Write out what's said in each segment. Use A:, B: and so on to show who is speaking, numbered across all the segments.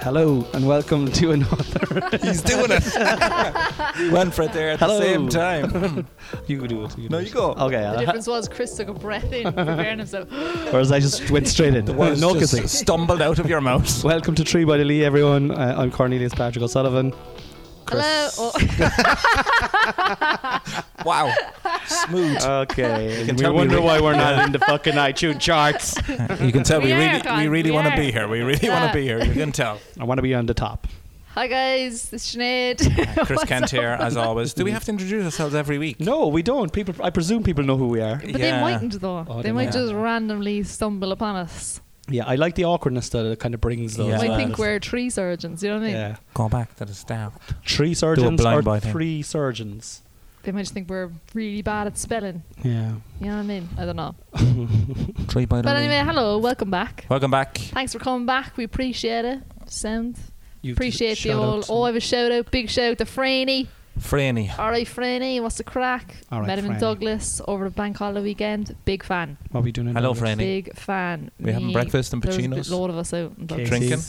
A: Hello and welcome to another.
B: He's doing it. we went for it there at
A: Hello.
B: the same time.
A: you do it. You
B: No,
A: do
B: you
A: it.
B: go.
A: Okay. uh,
C: The
A: I'll-
C: difference was Chris took a breath in, preparing himself.
A: Whereas I just went straight in.
B: Words
A: no
B: just
A: kissing.
B: stumbled out of your mouth.
A: Welcome to Tree by the Lee, everyone. Uh, I'm Cornelius Patrick O'Sullivan.
C: Hello. Oh,
B: Wow. Smooth.
A: Okay.
B: can
A: we
B: tell we
A: wonder
B: re-
A: why we're not in the fucking iTunes charts.
B: you can tell we,
C: We are,
B: really, we
C: Con,
B: really
C: we
B: want to
C: are.
B: be here. We really want
C: Yeah.
B: to be here. You can tell.
A: I want to be on the top.
C: hi guys, this is Sinead.
B: Uh, Chris Kent here, as always. Do we have to introduce ourselves every week?
A: No, we don't. People. I presume people know who we are.
C: But
B: Yeah.
C: they mightn't though.
A: Oh,
C: they,
A: they
C: might
B: might.
C: just randomly stumble upon us.
A: Yeah, I like the awkwardness that it kind of brings. Those
B: Yeah.
C: Might
B: Well,
C: think we're tree surgeons. You know what I mean?
A: Yeah.
B: Go back to the staff.
A: Tree surgeons
B: blind
A: or
B: buy thing.
A: three surgeons.
C: They might just think we're really bad at spelling.
A: Yeah.
C: You know what I mean? I don't know.
B: Three by
C: But anyway, hello, welcome back.
B: Welcome back.
C: Thanks for coming back. We appreciate it. Sound.
A: You
C: Appreciate the old. Oh, I have a shout out. Big shout out to Franny.
B: Franny.
C: All right, Franny, what's the crack?
A: All right,
C: Met him
A: Franny.
C: in Douglas over the bank holiday weekend. Big fan.
A: What are we doing? in
B: Hello,
A: Dublin?
B: Franny.
C: Big fan.
B: We having
C: Me-
B: breakfast and
C: there was a
B: Pacino's?
C: load of us out. in Dublin.
A: KCs.
B: Drinking.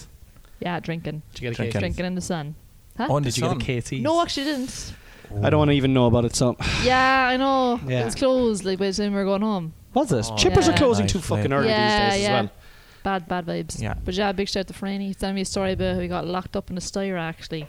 C: Yeah, drinking.
A: Did you get a
B: Drinking.
A: KC?
C: Drinking in the sun. Huh?
B: On the
A: Did you get a
B: sun.
A: KC?
C: No, actually didn't.
A: I don't want to even know about it. So
C: Yeah, I know.
A: Yeah.
C: It was closed like by the time we were going home.
A: What's this?
B: Oh,
A: Chippers are
C: Yeah.
A: closing
B: nice,
A: too fucking
B: mate.
A: early
C: yeah,
A: these days
C: yeah.
A: as well.
C: Bad, bad vibes.
B: Yeah.
C: But yeah, big shout out to Franny. He told me a story about how he got locked up in a styra actually.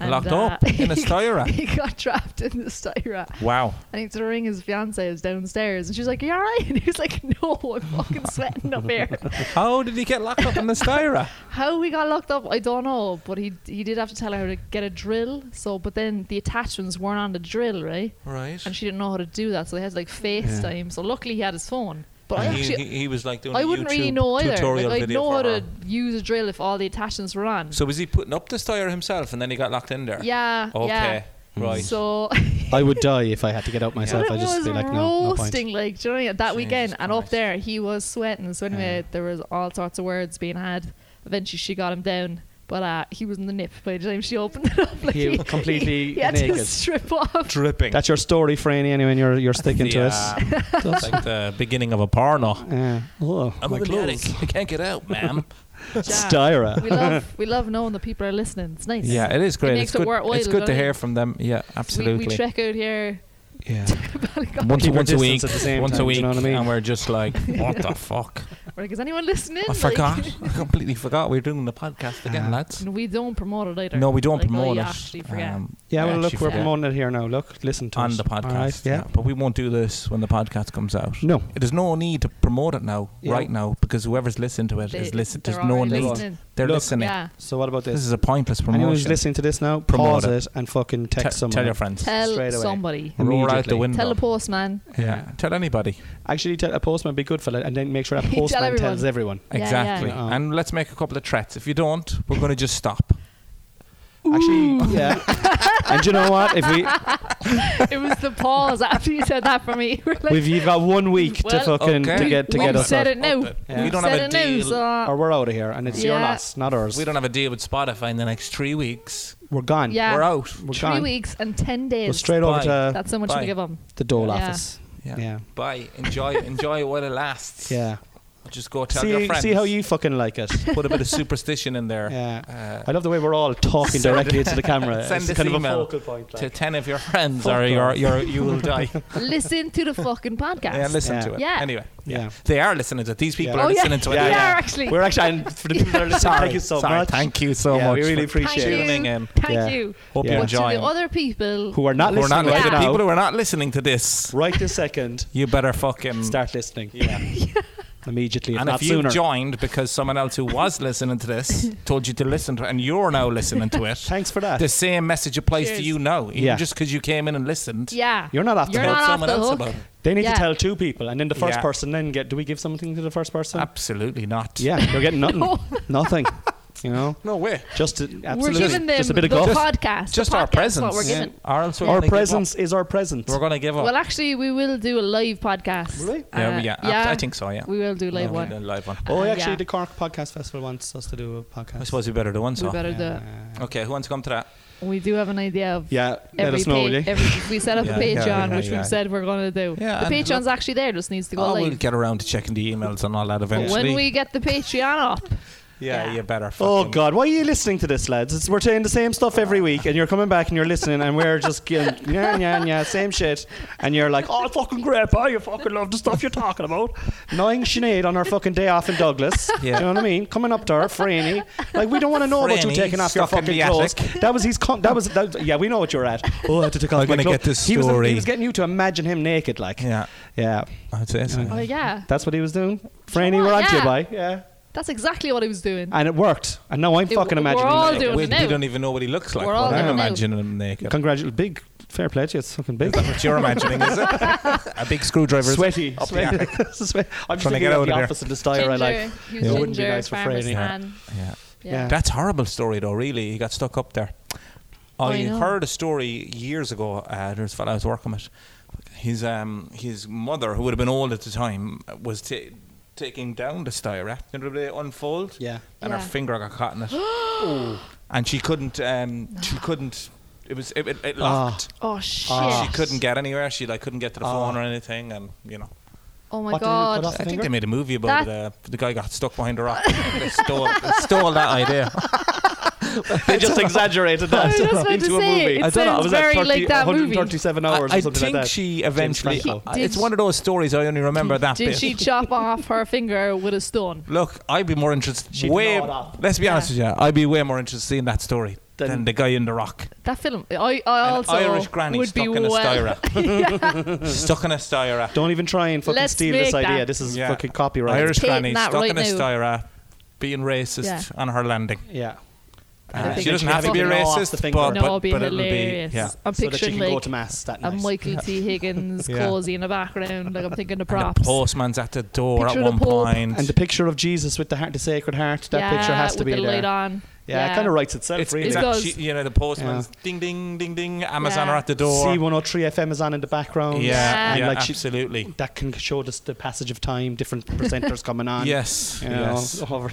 C: And,
B: Locked
C: uh,
B: up in a styra.
C: He got trapped in the styra.
B: Wow.
C: And he had to ring his fiancee who was downstairs. And she was like, Are you alright? And he was like, No, I'm fucking sweating up here.
B: How did he get locked up in the styra?
C: How we got locked up, I don't know. But he he did have to tell her how to get a drill. So, but then the attachments weren't on the drill, right?
B: Right.
C: And she didn't know how to do that. So they had to like FaceTime. So luckily he had his phone. But I
B: And he,
C: actually,
B: he, he was like doing
C: I
B: a
C: wouldn't really
B: YouTube
C: know either.
B: tutorial
C: Like, I'd
B: video
C: know
B: for
C: how to
B: her.
C: use a drill if all the attachments were on.
B: So was he putting up the styre himself and then he got locked in there?
C: yeah,
B: Okay.
C: yeah.
B: Right.
C: So
A: I would die if I had to get out myself.
C: but
A: I'd
C: it
A: just
C: was
A: be like, no, no point.
C: roasting, like do you know what I mean? that
B: Jesus
C: weekend, and up
B: Christ.
C: there he was sweating. So anyway, there was all sorts of words being had. Eventually, she got him down, but uh, he was in the nip by the time she opened it up. Like
A: He was completely
C: he, he had to
A: naked.
C: strip off.
B: dripping.
A: That's your story, Franny. Anyway, and you're you're sticking to us.
B: it. uh, like the beginning of a porno.
A: Yeah. Oh,
B: I'm
A: my
B: in the attic.
A: clothes.
B: I can't get out, ma'am.
A: Styra.
C: We love we love knowing that people are listening. It's nice.
B: yeah, it is great.
C: makes
B: it's
C: it
B: good.
C: worthwhile,
B: it's good to
C: doesn't
B: hear
C: it?
B: from them. Yeah,
C: we,
B: absolutely.
C: we trek out here.
A: Yeah. Keep
B: once
A: your
B: once a
A: distance
B: week,
A: at the same
B: once
A: time,
B: a
A: do
B: week,
A: you know what I mean?
B: and we're just like, what the fuck?
C: We're like, is anyone listening?
B: I
C: Like-
B: forgot. I completely forgot. We're doing the podcast again,
A: Ah.
B: Uh-huh. lads.
C: And we don't promote it either.
B: No, we don't
C: Like,
B: promote
C: I
B: it.
C: actually forget.
B: Um,
A: Yeah.
B: I
A: Well, look,
B: actually
A: we're
B: forget.
A: promoting it here now. Look, listen to
B: on
A: us.
B: the
A: All
B: podcast.
A: right,
B: yeah.
A: Yeah.
B: but we won't do this when the podcast comes out.
A: No.
B: There's no need to promote it now,
A: Yeah.
B: right now, because whoever's listening to it is
C: They-
B: listening.
C: they're
B: There's no
C: already
B: need.
C: listening.
B: They're
A: Look,
B: listening.
C: Yeah.
A: So what about
B: This
A: this?
B: is a pointless promotion.
A: Anyone who's listening to this now,
B: Promote
A: pause it and fucking text
B: Te-
A: someone.
B: tell your friends.
C: Tell
A: Straight away.
C: somebody.
B: Roar out
A: Immediately.
B: the window.
C: Tell a postman.
B: yeah. Tell anybody.
A: Actually, tell a postman be good for it, and then make sure that
C: Tell
A: postman
C: everyone.
A: tells everyone.
C: Yeah, yeah.
B: Exactly.
A: Yeah.
B: And let's make a couple of threats. If you don't, we're going to just stop.
A: Actually, yeah. and you know what? If we
C: it was the pause after you said that for me. We're like,
A: we've you've got one week to
C: Well,
A: fucking
B: okay.
A: to get to
C: we
A: get us
C: said
A: out.
C: it now.
B: Up it.
A: Yeah.
B: We don't
C: said
B: have a
C: it now,
B: deal.
C: so, uh,
A: or we're out of here, and it's your
C: Yeah.
A: loss, not ours.
B: We don't have a deal with Spotify in the next three weeks.
A: We're gone.
C: Yeah.
B: We're out.
A: we're
C: three
A: gone.
C: weeks and ten
A: Go
C: days.
A: straight over
B: Bye.
A: to
C: That's how much
B: Bye.
C: we give them.
A: the dole
C: Yeah.
A: office.
B: Yeah.
A: Yeah,
B: Bye. Enjoy. enjoy it while it lasts.
A: yeah.
B: Just go tell your
A: See,
B: friends.
A: see how you fucking like it.
B: put a bit of superstition in there.
A: Yeah.
B: Uh,
A: I love the way we're all talking
B: Send-
A: directly into the camera.
B: send
A: it's
B: this
A: kind of a
B: email
A: focal point.
B: to
A: Like.
B: ten of your friends,
A: Fuck
B: or you're,
A: off.
B: you're, you will die.
C: Listen to the fucking podcast.
B: yeah, listen
A: Yeah.
B: to it.
C: Yeah.
B: Anyway,
A: Yeah.
B: they are listening to it. These people
A: Yeah.
B: are
C: Oh, yeah.
B: listening to it.
C: Yeah,
A: Yeah, yeah.
C: actually.
A: We're actually and for the people that are listening, thank you so
B: Sorry,
A: much.
B: Thank you so
A: Yeah,
B: much.
A: We really
B: for
A: appreciate
C: Thank
A: it.
C: you.
B: tuning in.
C: Thank
A: Yeah.
C: you.
B: Hope
A: Yeah.
B: you
C: But to
B: enjoy.
C: the other people,
A: Who are not
B: We're
A: listening
B: not like
A: right
B: the
A: now?
B: people who are not listening to this.
A: right this second,
B: You better fucking
A: start listening
B: Yeah.
A: immediately, if
B: And
A: not
B: if you
A: sooner.
B: joined because someone else who was listening to this told you to listen to it, and you're now listening to it,
A: Thanks for that.
B: the same message applies to
C: Cheers.
B: you now. Even
A: Yeah.
B: just because you came in and listened.
C: yeah,
A: You're not off the
C: You're
A: hook.
B: Told
C: not off
B: someone
C: the
B: else
C: hook.
B: about it.
A: They need
C: Yeah.
A: to tell two people, and then the first
B: Yeah.
A: person then get. Do we give something to the first person?
B: Absolutely not.
A: yeah, you're getting nothing. Nothing. You know,
B: No way.
A: just to,
C: We're
A: absolutely
C: giving them
A: just a bit of
C: the
A: guff.
C: podcast. The
B: Just our
C: podcast is
B: presence.
C: What we're giving.
B: Or else we're
A: Our
B: gonna give up.
A: presence is our present.
B: We're going to give up.
C: Well, actually, we will do a live podcast.
A: Will we?
B: yeah,
C: Uh,
B: yeah, I- I think so. Yeah,
C: We will do live
B: Yeah,
C: one.
B: we did a live one.
A: oh, actually,
C: yeah.
A: the Cork Podcast Festival wants us to do a podcast.
B: I suppose we better do one.
C: We
B: So
C: better do. it.
B: okay, who wants to come to that?
C: We do have an idea of
A: yeah, let
C: every
A: us know,
C: pa-
A: will you?
C: every- we set up
B: Yeah,
C: a
B: yeah,
C: Patreon,
B: yeah,
C: which
B: yeah.
C: we've said we're going to do.
B: Yeah,
C: the
B: and
C: Patreon's actually there; just needs to go
B: I will
C: live.
B: get around to checking the emails and all that
C: But
B: eventually.
C: when we get the Patreon up,
B: Yeah,
C: Yeah.
B: you better.
A: Oh
B: fucking-
A: God, why are you listening to this, lads? It's, we're saying the same stuff every week, and you're coming back and you're listening, and we're just getting yeah, yeah, yeah, same shit, and you're like, oh, fucking great, boy, you fucking love the stuff you're talking about. Knowing Sinead on her fucking day off in Douglas,
B: Yeah.
A: do you know what I mean? Coming up to her, Franny, like we don't want to know about you
B: Franny,
A: taking off your
B: stuck in
A: fucking
B: the
A: clothes.
B: attic.
A: That was his. Con- that was that, was- yeah. We know what you're at. Oh, I had to take off
B: I'm
A: my
B: gonna
A: clothes.
B: get this
A: He was, he
B: story.
A: was getting you to imagine him naked, like
B: Yeah,
A: yeah.
B: that's it.
C: Oh yeah,
A: That's what he was doing. Franny,
C: on,
A: we're onto
C: yeah.
A: you, boy. Yeah.
C: that's exactly what I was doing.
A: And it worked. And now I'm
C: It-
A: fucking
C: we're
A: imagining.
C: all
A: him naked.
C: doing
B: we, we
C: it now.
B: don't even know what he looks like.
C: We're all
B: but I'm
C: doing it now.
B: imagining him naked.
A: Congratulations. Big. Fair play to you. It's fucking big.
B: That's what you're imagining, is it? A big screwdriver. is it?
A: Sweaty.
B: Up the
A: Sweaty.
B: attic.
A: Sweat. I'm just
B: Trying to
A: thinking of
B: get out
A: the
B: of there.
A: office and the style I
C: ginger,
A: like.
C: he was
A: Yeah.
C: ginger,
A: Wouldn't be nice for
C: farmer's
A: Franny.
C: man.
B: Yeah.
C: Yeah.
A: Yeah.
B: That's a horrible story, though, really. He got stuck up there. I,
C: I know.
B: heard a story years ago. Uh, there was a fella I was working with. His, um, his mother, who would have been old at the time, was ta taking down the styra. You know, they unfold?
A: Yeah.
B: And
C: Yeah.
B: her finger got caught in it. and she couldn't, um, she couldn't, it was, it, it, it locked.
C: Oh shit!
A: Ah.
B: She couldn't get anywhere. She like couldn't get to the
A: Ah.
B: phone or anything, and you know.
C: Oh my
A: What did it
C: god!
A: cut off?
B: I think
A: Finger?
B: they made a movie about
C: That-
B: it. Uh, the guy got stuck behind a rock. they stole, they stole that idea.
A: They just exaggerated that
C: I was just about to
A: into a
C: say,
A: movie.
C: it
A: I don't know. I
C: sounds
A: was at
C: very
A: 30,
C: like that movie.
A: 137 hours
B: I,
A: or something
B: think
A: like that.
B: she eventually.
A: Franco.
B: I- it's one of those stories I only remember that
C: Did
B: bit.
C: she chop off her finger with a stone?
B: Look, I'd be more interested.
A: She
B: way,
A: gnawed up.
B: let's be honest with you, I'd be way more interested in that story
A: Than-
B: than, the guy in the rock.
C: That film, I, I
B: An
C: also
B: Irish granny
C: would
B: stuck
C: be
B: in a
C: well.
B: styra. Stuck in a styra.
A: Don't even try and fucking
C: Let's
A: steal this
C: make
A: idea.
C: that.
A: This is
B: Yeah.
A: fucking copyright.
B: Irish
C: Taking
B: granny
C: that
B: stuck
C: right
B: in a
C: now.
B: styra, being racist
C: Yeah.
B: on her landing.
A: Yeah.
C: I
B: Uh,
C: think
B: she doesn't have to be
A: having it all off
B: racist,
A: the finger.
B: but,
C: No,
B: but,
C: it'd be
B: but it'll be
C: hilarious.
B: yeah.
C: I'm
A: So that she
C: picturing
A: can
C: like
A: go to mass that
C: a
A: nice.
C: Michael T. Higgins
B: Yeah.
C: cozy in the background. Like I'm thinking the
B: And
C: props.
B: the postman's at the door
C: Picture
B: at
C: the
B: one
C: Pope.
B: point.
A: And the picture of Jesus with the, heart, the Sacred Heart, that
C: yeah,
A: picture has to
C: with
A: be
C: the
A: there.
C: light on.
A: Yeah, it kind of writes itself,
B: it's,
A: really.
B: it's
C: It does.
B: actually, you know, the postman's ding, ding, ding, ding. Amazon
C: Yeah.
B: are at the door.
A: C103 FM is on in the background.
B: Yeah,
C: Yeah.
A: And
B: yeah,
A: like she-
B: absolutely.
A: that can show us the passage of time, different presenters coming on.
B: yes,
A: You know,
B: yes.
A: over-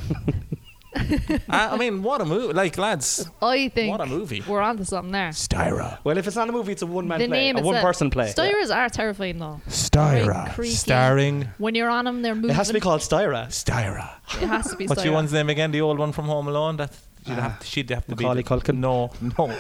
B: I, I mean, what a movie! Like, lads,
C: I think
B: what a movie!
C: we're onto something there.
B: Styra,
A: well, if it's not a movie, it's a one man
C: the
A: play,
C: name
A: a
C: is uh,
A: one person play.
C: Styras are terrifying though. Very
B: Styra,
C: creepy.
B: starring
C: When you're on them, they're moving.
A: It has to be called Styra.
B: Styra.
C: It has to be
B: What's
C: Styra.
B: your one's name again? The old one from Home Alone. That she'd
A: Ah,
B: have to, she'd have to
A: Macaulay
B: be the-
A: Culkin.
B: No, no,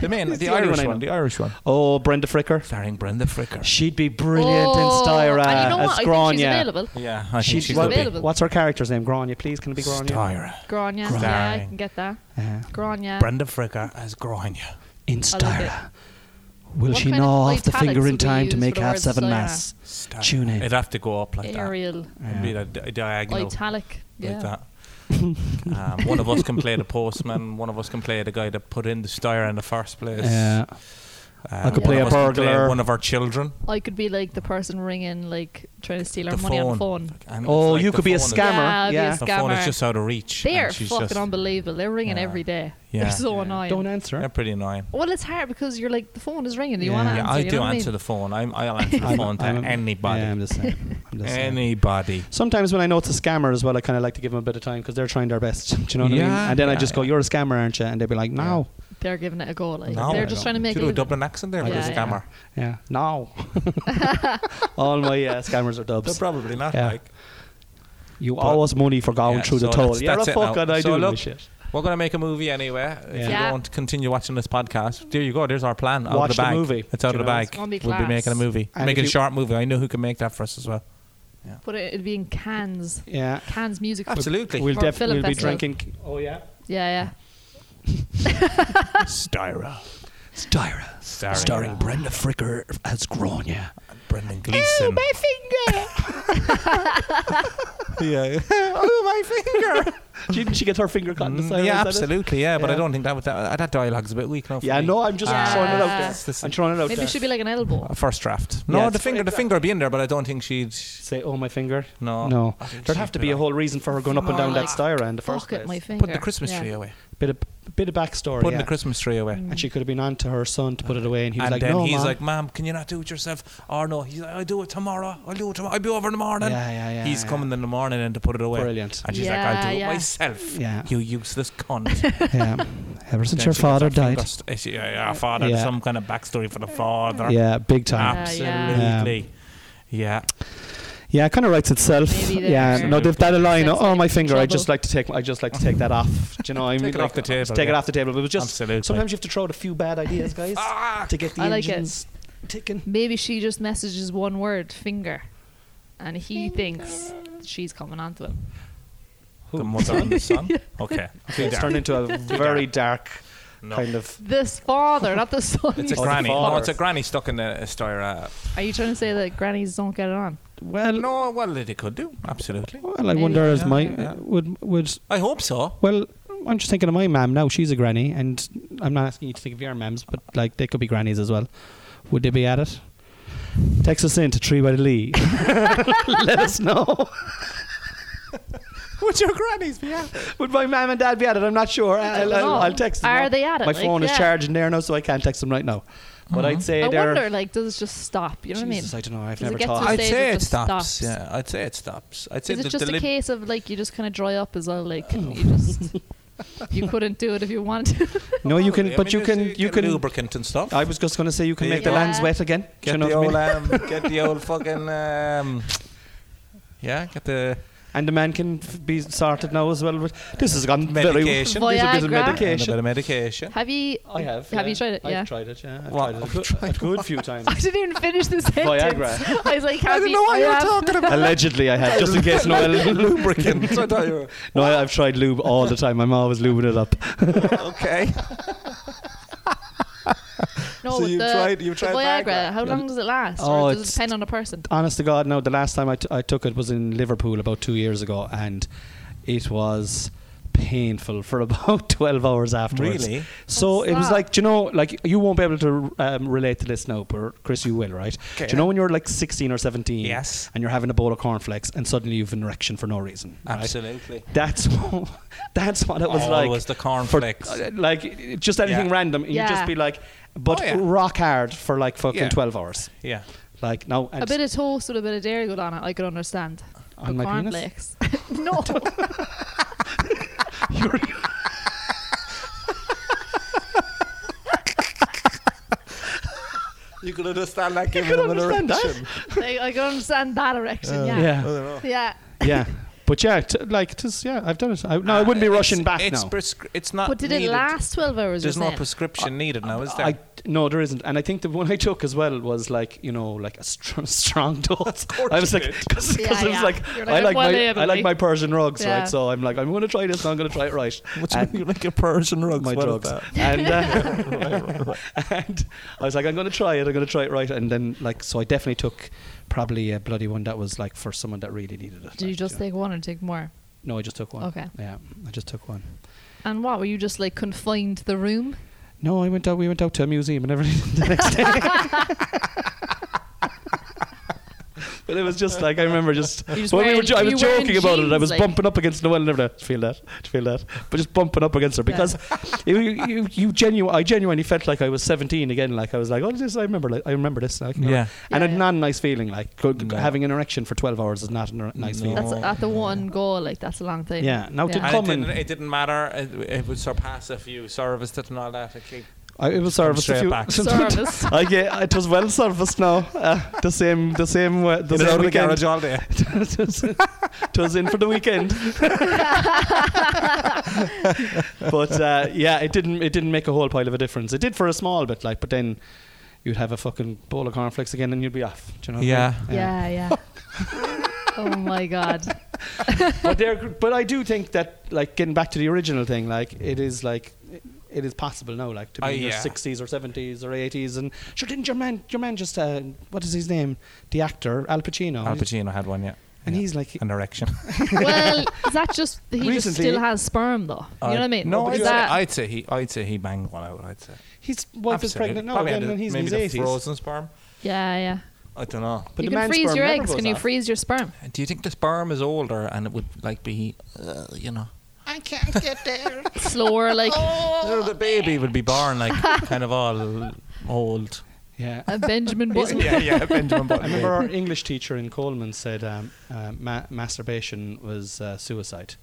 B: the main, the,
A: the only
B: Irish
A: one I
B: one,
A: know.
B: the Irish one,
A: Oh, Brenda Fricker.
B: starring Brenda Fricker.
A: She'd be brilliant
C: Oh,
A: in Styra
C: And you
A: as
C: know what? I think she's
A: Grania.
C: available.
B: Yeah, I think
A: She'd-
B: she
C: she's
B: could
A: well,
B: be.
C: available.
A: What's her character's name? Grania, please. Can it be Grania?
B: Styra,
C: Grania.
B: Grania.
C: Yeah, I can get that.
A: Uh,
C: Grania.
B: Brenda Fricker as Grania.
A: in
C: I like it.
A: Styra. Will
C: What
A: she
C: kind of
A: gnaw off the
C: italics
A: finger in
C: would we
A: time
C: use
A: to
C: for
A: make
C: the
A: half
C: word
A: seven
C: Styra?
A: mass?
B: Styra.
A: Tune in.
B: It'd have to go up like
C: Ariel.
B: that. It'd be
A: Yeah.
B: a, di- a diagonal.
C: Oh, Italic. Yeah.
B: like that. um, one of us can play the postman. One of us can play the guy that put in the styre in the first place.
A: Yeah.
B: Um,
A: I could
B: one
A: play
B: of
A: a
B: us can
A: burglar.
B: one of our children.
C: I could be like the person ringing, like trying to steal our
B: The
C: money on the
B: phone.
C: phone.
B: And it's
A: Oh,
B: like
A: you
B: the
A: could be a
B: phone is-
A: scammer.
C: Yeah, I'd be a
A: Yeah.
B: The phone
C: Scammer.
B: is just out of reach.
C: They are
B: and she's
C: fucking
B: just,
C: unbelievable. They're ringing
B: Yeah.
C: every day.
B: Yeah.
C: They're so annoying.
A: Don't answer.
B: They're pretty annoying.
C: well, it's hard because you're like the phone is ringing. You
A: Yeah.
C: want to
A: Yeah,
C: answer?
B: I
C: you know
B: do
C: what I
B: answer
C: mean?
B: the phone. I'm, I'll answer the phone to
A: I'm-
B: anybody.
A: Yeah, I'm just saying. I'm just saying.
B: anybody.
A: Sometimes when I know it's a scammer as well, I kind of like to give them a bit of time because they're trying their best. Do you know what I mean?
B: Yeah,
A: And then I
B: yeah,
A: just go,
B: yeah.
A: "You're a scammer, aren't you?" And they'd be like, "No,
C: They're giving it a go. Like
B: No,
C: they're
A: I
C: just
A: don't.
C: trying to make
B: Do
C: it.
B: a
C: living.
B: Dublin accent there, like
C: Yeah,
B: a
C: yeah.
B: scammer.
A: yeah, no." All my uh, scammers are
B: They're
A: dubs.
B: probably not.
A: Yeah.
B: Like
A: you owe us money for going
B: Yeah,
A: through the
B: so
A: toll.
B: that's-
A: You're a
B: that's it now.
A: fucking I
B: So
A: do
B: look,
A: this shit.
B: we're gonna make a movie anyway. If you
C: Yeah.
B: don't continue watching this podcast, there you go. There's our plan. Out
A: Watch
B: of
A: the
B: the bag.
A: movie.
B: It's out
A: Do
B: of
A: you
B: the
A: know?
B: bag.
A: It's
C: gonna be
B: We'll be
C: class.
B: making a movie.
A: And if
B: making a
A: you-
B: short movie. I know who can make that for us as well.
C: But it, it'd be in Cannes.
A: Yeah,
C: Cannes music.
B: Absolutely.
A: we'll
C: For a
A: def-
C: film
A: we'll be
C: festival.
A: drinking. Oh yeah,
C: Yeah,
B: Styra.
A: Styra,
B: Starring,
A: starring Brenda Fricker as Grania.
B: Brendan Gleeson.
C: yeah.
B: yeah. oh, my finger. Mm,
A: Didn't she get her finger caught in the side?
B: yeah, absolutely. Yeah, but
A: Yeah.
B: I don't think that would, that, that dialogue's a bit weak. Now for
A: Yeah,
B: me.
A: no, I'm just
C: Yeah.
A: throwing it out
B: It's
A: there.
B: the same.
A: I'm throwing it out
C: Maybe
A: there.
C: it should be like an elbow.
B: A first draft. No,
A: Yeah,
B: the
A: it's-
B: finger, the finger would be in there, but I don't think she'd.
A: Say, "Oh my finger."
B: No.
A: No,
B: I think
A: there'd
B: she'd
A: have to be a
B: like,
A: whole reason for her going up and down
C: More
A: that Styra in the first
C: Fuck
A: place.
C: it, my finger.
B: Putting the Christmas
C: Yeah.
B: tree away.
A: bit of bit of backstory.
B: Putting
A: yeah.
B: the Christmas tree away.
A: and she could have been on to her son to put it away, and he was
B: and
A: like,
B: then
A: "No,
B: he's
A: Mom."
B: like, "Mom, can you not do it yourself?" Or no, he's like, "I'll do it tomorrow. I'll do it tomorrow. I'll be over in the morning."
A: Yeah, yeah, yeah,
B: he's
A: yeah.
B: coming in the morning and to put it away.
A: "Brilliant."
B: And she's like,
C: Yeah,
B: "I'll do
C: yeah.
B: it myself."
A: Yeah.
B: You useless cunt.
A: yeah. Ever since
B: Then
A: your
B: she gets
A: father
B: her
A: died.
B: fingers- is she- yeah, her father,
A: Yeah.
B: some kind of backstory for the father.
A: Yeah, big time.
C: Yeah, yeah.
B: Absolutely. Yeah.
A: Yeah, it kind of writes itself.
C: Maybe
A: yeah,
C: they're
A: no, they've that line.
C: That's
A: Oh,
C: like
A: my finger! I just
C: trouble.
A: like to take. I just like to take that off. Do you know? what I
B: Take
A: mean,
B: it
A: Like,
B: off the table,
A: just Take it
B: yeah.
A: off the table. But it was just
B: Absolutely.
A: sometimes you have to throw out a few bad ideas, guys,
B: Ah!
A: to get the
C: I like it.
A: engines ticking.
C: Maybe she just messages one word, finger, and he thinks she's coming on to him.
B: The mother and the son. Okay. Too
A: It's
B: dark.
A: turned into a very dark
B: No.
A: kind of.
C: This father, not the son.
B: It's a
A: Oh, the
B: granny. Oh,
A: father.
B: it's a granny stuck in the uh, styra.
C: Are you trying to say that grannies don't get it on?
A: Well,
B: No, well, they could do. Absolutely.
A: Well, I
C: Maybe.
A: wonder as
B: Yeah,
A: my
B: yeah.
A: would would
B: I hope so.
A: well. I'm just thinking of my mam now. She's a granny, and I'm not asking you to think of your mams, but like they could be grannies as well. Would they be at it? Text us in to Tree by the Lee. Let us know. Would your grannies be at it? Would my mam and dad be at it? I'm not sure. I- I'll,
C: don't know.
A: I'll, I'll text them.
C: Are
A: now.
C: they at it?
A: My
C: Like,
A: phone is
C: yeah. Uh-huh.
A: charging there now, so I can't text them right now. But I'd say
C: I
A: they're.
C: wonder, like, does it just stop? You know
A: Jesus,
C: what I mean?
A: I don't know. I've
C: Does it
A: never
C: get to
A: thought.
C: the
A: I-
B: I'd
C: stage
B: say
C: it
B: it
C: just
B: stops.
C: stops.
B: Yeah, I'd say it stops. I'd say
C: Is
B: the Oh.
C: it just a
B: deli-
C: case of like you just kind of dry up as well? Like you just you couldn't do it if you wanted to.
A: no, you
B: I
A: can,
B: mean,
A: but you
B: there's
A: can,
B: the-
A: you
B: get
A: can.
B: lubricant and stuff.
A: I was just going to say you can
B: There
A: make the
B: you
C: go.
A: lands wet again. Do
B: get
A: you know
B: the
A: what I
B: old,
A: mean?
B: um, get the old fucking, um, yeah, get the
A: And the man can f- be sorted now as well. But this has gone very There's
B: Medication.
A: a bit of
C: Viagra.
B: and a bit
A: medication.
B: of medication.
C: Have you?
A: I have.
C: Have
A: yeah.
C: you tried it?
A: I've
C: yeah.
A: tried it. Yeah, I've
B: What?
A: tried it. I've tried it a good few times.
C: I didn't even finish the sentence.
A: Viagra.
C: I was like, have
B: I don't
C: you-
B: know what
C: I
B: you were
C: have-
B: talking about.
A: Allegedly, I have. Just in case no
B: lubricant. I thought you were-
A: No, I- I've tried lube all the time. I'm always lubing it up.
B: okay.
C: No,
B: So
C: with
B: you
C: the,
B: tried- you
C: the
B: tried
C: Viagra.
B: Viagra.
C: How long does it last?
A: Oh,
C: or does it
A: it's-
C: depend on a person?
A: Honest to God, no. The last time I, t- I took it was in Liverpool about two years ago, and it was painful for about 12 hours afterwards.
B: Really?
A: So
C: What's
A: it was
C: that?
A: like, do you know, like you won't be able to um, relate to this now, but Chris, you will, right?
B: Okay.
A: Do you know when you're like 16 or 17?
B: Yes.
A: And you're having a bowl of cornflakes, and suddenly you've an erection for no reason. right?
B: Absolutely.
A: That's what, that's what it was like.
B: Always Oh, the
A: for,
B: cornflakes.
A: uh, like i- just anything
B: Yeah.
A: random, and you
C: Yeah.
A: just be like, but
B: Oh, yeah.
A: rock hard for like fucking
B: Yeah.
A: 12 hours.
B: yeah.
A: Like no, and
C: A bit of toast with a bit of dairy good on it, I could understand.
A: On my
C: but
A: penis?
C: cornflakes. no.
B: You could understand that
A: you could understand that.
C: like, I could understand that erection,
B: Uh,
C: yeah.
A: Yeah,
C: Yeah.
A: yeah. But yeah, t- like tis, yeah, I've done it. I, no, I wouldn't be rushing back
B: Uh, it's
A: now.
B: prescri- it's not.
C: But did
B: needed.
C: it last 12 hours?
B: There's
C: you're
B: no
C: saying?
B: prescription needed now, is there?
A: Uh, I, no, there isn't. And I think the one I took as well was like, you know, like a str- strong dose. I was
B: you
A: like,
B: did.
A: because
C: Yeah,
A: it was
C: yeah.
A: like,
C: You're like,
A: I
C: I'm
A: like
C: well
A: my,
C: able
A: I like
C: to.
A: my Persian rugs,
C: Yeah.
A: right? So I'm like, I'm going to try this. and I'm going to try it right. And-
B: like a Persian rug?
A: my drugs. And, uh, and I was like, I'm going to try it. I'm going to try it right. And then, like, so I definitely took probably a bloody one that was like for someone that really needed it.
C: Did you
A: like,
C: just
A: know.
C: take one or take more?
A: No, I just took one.
C: Okay.
A: Yeah, I just took one.
C: And what? Were you just like confined to the room?
A: No, I went out. We went out to a museum and everything the next day. But it was just like I remember just,
C: You just
A: when we were
C: wearing-
A: jo- I was
C: you were in
A: joking about it. I
C: jeans,
A: was
C: like-
A: bumping up against Noel and everything. To feel that, to feel that, but just bumping up against her because you, you, you genuine, I genuinely felt like I was 17 again. Like I was like, oh, this I remember. Like, I remember this. Like, you know.
B: Yeah.
A: and
C: Yeah,
A: it's
C: yeah.
A: not a nice feeling. Like go- go-
B: No.
A: having an erection for 12 hours is not a n- nice
B: No.
A: feeling.
C: That's
B: Oh,
C: at the one goal, like that's a long time.
A: Yeah, now to
B: And
A: Come
B: it didn't,
A: and-
B: it didn't matter. It, it would surpass if you serviced it and all that. It keep-
A: I, it was serviced a
B: straight
A: few.
B: back.
C: Service.
A: I get, it was well serviced now. Uh, the same, the same, way- the
B: Get
A: same
B: it out of the
A: weekend.
B: garage all day.
A: Twas in for the weekend. but uh, yeah, it didn't it didn't make a whole pile of a difference. It did for a small bit, like, but then you'd have a fucking bowl of cornflakes again and you'd be off. Do you know? what I
B: Yeah.
A: mean?
C: yeah, yeah. oh my god.
A: but there, but I do think that like getting back to the original thing, like it is like. It is possible now, like to be
B: Oh,
A: in your
B: yeah.
A: sixties or seventies or eighties, and sure didn't your man, your man just uh, what is his name, the actor Al Pacino,
B: Al Pacino had one, yeah.
A: and
B: Yeah.
A: he's like
B: an erection.
C: Well, is that just he just
A: Recently-
C: still has sperm though? You know what I mean?
B: No, I'd
C: Is
B: say,
C: that-
B: I'd say he, I'd say he banged one out. I'd say.
A: his wife is
B: Absolutely.
A: pregnant now,
B: Probably
A: again,
B: had a-
A: and he's in
B: maybe
A: his
B: the
A: eighties.
B: frozen sperm.
C: yeah, yeah.
B: I don't know.
A: But
C: you
A: the
C: can
A: man's
C: freeze
A: sperm
C: your
A: never
C: eggs.
A: goes
C: Can you
A: off.
C: freeze your sperm?
B: Do you think the sperm is older and it would like be, uh, you know,
C: Slower, like
B: Oh, the baby would be born like kind of all old.
A: Yeah.
C: a Benjamin Button.
B: yeah, yeah, Benjamin
A: I remember our English teacher in Coleman said um, uh, ma- masturbation was uh, suicide.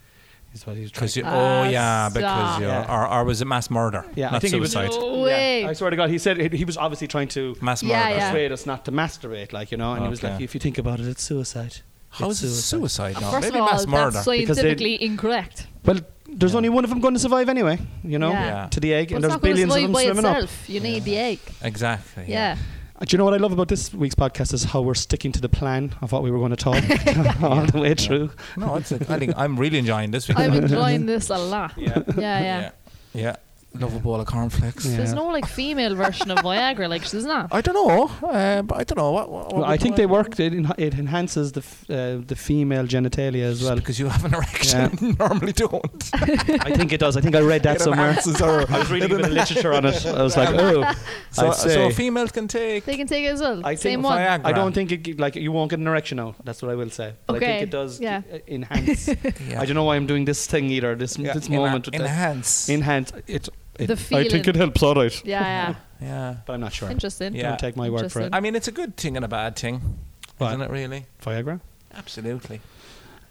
A: Is what he was trying
B: Because you,
C: Ah,
B: oh yeah,
C: stop.
B: because you
A: Yeah.
B: or, or was it mass murder?
A: Yeah, I
B: not
A: think it was-
B: suicide.
C: No
A: Yeah.
C: way.
A: I swear to God, he said he, he was obviously trying to
B: Mass
C: Oh, Yeah,
B: murder.
C: yeah.
A: persuade us not to masturbate, like you know. And he was like,
B: Okay.
A: if you think about it, it's suicide.
B: How
A: It's
B: is it suicide? now?
C: First
B: Maybe
C: of all,
B: mass murder.
C: that's
A: Because they-
C: scientifically incorrect.
A: Well, there's
B: Yeah.
A: only one of them going to survive anyway, you know,
C: Yeah.
B: Yeah.
A: to the egg,
C: But
A: and there's
C: it's not gonna
A: billions of
C: survive
A: them
C: by
A: swimming up. Uh,
C: itself. You need the egg.
B: exactly.
C: Yeah.
A: Do you know what I love about this week's podcast is how we're sticking to the plan of what we were going to talk all the way through.
B: No, it's a, I think I'm really enjoying this because
C: I'm enjoying this a lot. Yeah,
B: yeah.
C: yeah.
B: yeah. Yeah. Love a bowl of cornflakes.
A: Yeah.
C: There's no like female version of Viagra, like there's not.
B: I don't know. Uh, but I don't know. What, what,
A: Well, I think they work. It, en- it enhances the f- uh, the female genitalia as well.
B: because you have an erection
A: Yeah.
B: and you normally don't.
A: I think it does. I think I read that
B: It
A: somewhere.
B: enhances our-
A: I was reading a bit of literature on it. I was like, oh,
B: so,
A: I'd
B: so
A: say.
B: females can take
C: They can take it as well.
A: I think
C: Same one.
B: Viagra.
A: I don't think it g- like you won't get an erection now. That's what I will say. But I
C: Okay,
A: think it does
C: yeah.
A: g- enhance.
B: Yeah.
A: I don't know why I'm doing this thing either. This
B: Yeah,
A: this
B: enha-
A: moment with that.
B: enhance.
A: enhance it.
C: The feeling.
A: helps all right,
C: Yeah,
B: yeah.
A: but I'm not sure.
C: yeah. Interesting.
B: Yeah.
A: Don't take my word for it.
B: I mean, it's a good thing and a bad thing,
A: What?
B: isn't it? Really?
A: Viagra.
B: Absolutely.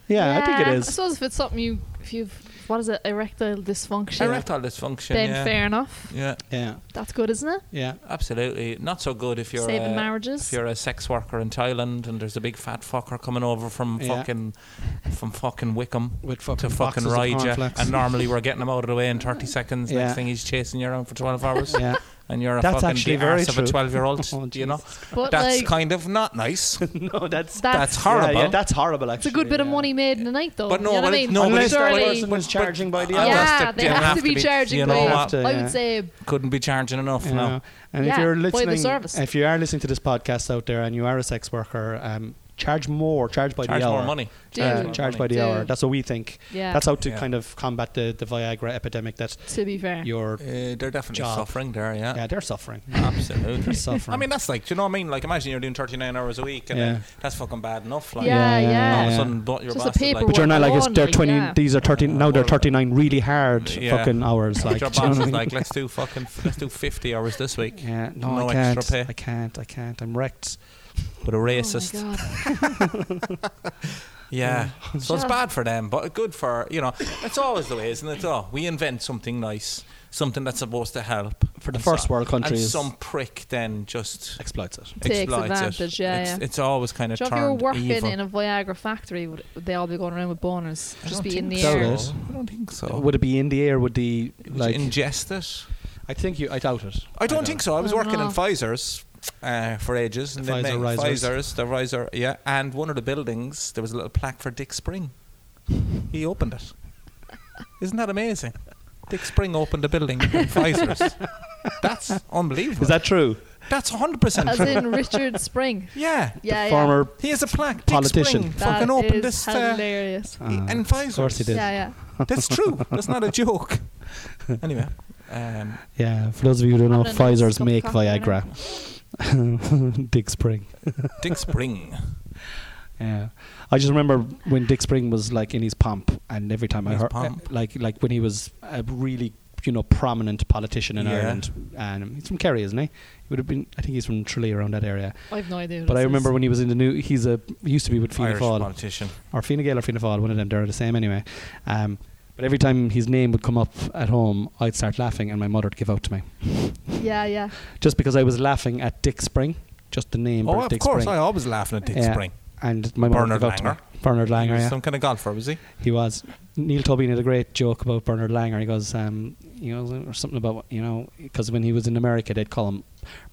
A: Yeah, I think it
C: I
A: is.
C: suppose if it's something you, if you've, what is it, erectile dysfunction,
B: Erectile dysfunction.
C: then
B: yeah.
C: fair enough.
B: Yeah,
A: Yeah,
C: That's good, isn't it?
A: yeah.
B: absolutely. Not so good if you're uh,
C: Saving
B: a,
C: marriages.
B: if you're a sex worker in Thailand and there's a big fat fucker coming over from
A: Yeah.
B: fucking from fucking Wickham
A: With
B: to fucking
A: boxes of
B: ride you.
A: cornflakes.
B: And normally we're getting him out of the way in 30 seconds.
A: Yeah.
B: Next thing he's chasing you around for 12 hours.
A: yeah,
B: And you're a
A: That's
B: fucking
A: actually
B: the
A: very
B: arse of
A: true.
B: a 12 year old.
A: Oh,
B: you know?
C: But
B: That's
C: like,
B: kind of not nice.
A: no, that's
C: That's-
B: That's horrible.
A: Yeah, yeah, that's horrible.
C: it's a
A: Actually,
C: good bit of
A: yeah.
C: money made in a night, though.
B: But no,
C: you know
B: but
C: what I
B: it-
C: mean?
B: no, but
A: Unless
B: it's not
A: the
C: surely,
A: person was charging by the
B: Yeah,
A: hour.
C: yeah,
B: they
C: they
B: have
C: have
B: to
C: to be
B: be-
C: charging.
B: you know
C: by-
A: what?
C: I
A: Yeah.
C: would say
B: Couldn't be charging enough.
A: Yeah.
B: No.
A: And if
C: Yeah,
A: you're
C: by the
A: listening,
C: service.
A: if you are listening to this podcast out there and you are a sex worker, um, charge more, charge by
B: Charge
A: the hour.
B: more money.
C: do
A: Uh,
B: more
A: charge
B: money.
A: by the
C: Do.
A: hour. That's what we think.
C: Yeah.
A: That's how to
B: Yeah.
A: kind of combat the, the Viagra epidemic that
C: to be fair.
A: you're.
B: Uh, they're definitely
A: Job.
B: suffering there, yeah.
A: Yeah, they're suffering.
B: Absolutely.
A: They're suffering.
B: I mean, that's like, do you know what I mean? Like, imagine you're doing 39 hours a week, and
A: Yeah.
B: then that's fucking bad enough. Like,
C: Yeah,
A: Yeah,
B: all
A: yeah,
B: of a
A: yeah.
B: sudden, but your
C: Just a
B: boss is
C: paperwork.
B: like,
A: but you're not like it's,
C: on,
A: they're
C: like,
A: 20
C: yeah.
A: these are 13 now they're 39 really hard
B: Yeah.
A: fucking hours like,
B: your
A: do you know what
B: boss
A: I
B: is
A: mean?
B: like, let's do fucking, f- let's do 50 hours this week.
A: yeah no,
B: no
A: I
B: extra
A: can't
B: pay.
A: I can't I can't I'm wrecked
B: But a
C: Oh my
B: racist.
C: God.
B: yeah. So it's
C: Sure.
B: bad for them, but good for, you know, it's always the way, isn't it? Oh, we invent something nice, something that's supposed to help.
A: for the
B: And
A: first
B: so-
A: world
B: And
A: countries
B: some prick then just
A: exploits it
C: Takes
B: exploits
C: advantage,
B: it.
C: yeah,
B: it's,
C: yeah.
B: it's always kind of
C: Do you
B: turned
C: know if you were working
B: evil.
C: in a Viagra factory, would would they all be going around with boners?
B: I
C: Just
B: don't
C: be in
B: think
C: the uh,
A: so.
C: air.
A: Doubt it.
B: I don't think so.
A: would it be in the air would the
B: Would
A: like
B: you ingest it?
A: I think you I doubt it
B: I don't think so. I was
C: I don't
B: working in
C: know.
B: Pfizer's uh, for ages. And
A: Pfizer
B: then they-
A: risers.
B: Pfizer's, the Pfizer, yeah. And one of the buildings, there was a little plaque for Dick Spring. He opened it. Isn't that amazing? Dick Spring opened a building in Pfizer's. That's unbelievable.
A: is that true
B: That's 100%
C: As
B: true.
C: in Richard Spring.
B: yeah.
C: Yeah, yeah.
A: former
B: He has a plaque. Dick
A: Politician.
B: Spring
C: That
B: fucking opened
C: is
B: this. Uh,
C: hilarious.
A: Ah,
B: and
A: of course he
B: Pfizer's.
A: did
C: yeah, yeah.
B: that's true. That's not a joke. Anyway. Um,
A: yeah for those of you who don't know
C: Having a nice
A: Pfizer's
C: cup of
A: make
C: coffee right now.
A: Viagra Dick Spring
B: Dick Spring.
A: Yeah, I just remember when Dick Spring was like in his pomp, and every time I
B: His
A: heard, eh,
B: pomp.
A: like, like when he was a really, you know, prominent politician in
B: Yeah.
A: Ireland, and he's from Kerry, isn't he? He would have been, I think he's from Tralee around that area.
C: I've no idea. who
A: But I
C: this
A: remember
C: is.
A: when he was in the new, he's a he used to be with Fianna
B: Irish
A: Fáil
B: politician.
A: or Fianna Gael or Fianna Fáil, one of them. They're the same anyway. Um, but every time his name would come up at home, I'd start laughing, and my mother would give out to me
C: Yeah, yeah.
A: just because I was laughing at Dick Spring, just the name.
B: Oh,
A: of
B: of
A: Dick
B: course. I
A: Spring.
B: always laughing at Dick
A: Yeah.
B: Spring.
A: and my mother would
B: Bernard
A: give out to me.
B: Langer.
A: Bernard
B: He
A: Langer,
B: was
A: yeah.
B: Some kind of golfer, was he?
A: He was. Neil Tobin had a great joke about Bernard Langer. He goes, um, you know, or something about you know, because when he was in America, they'd call him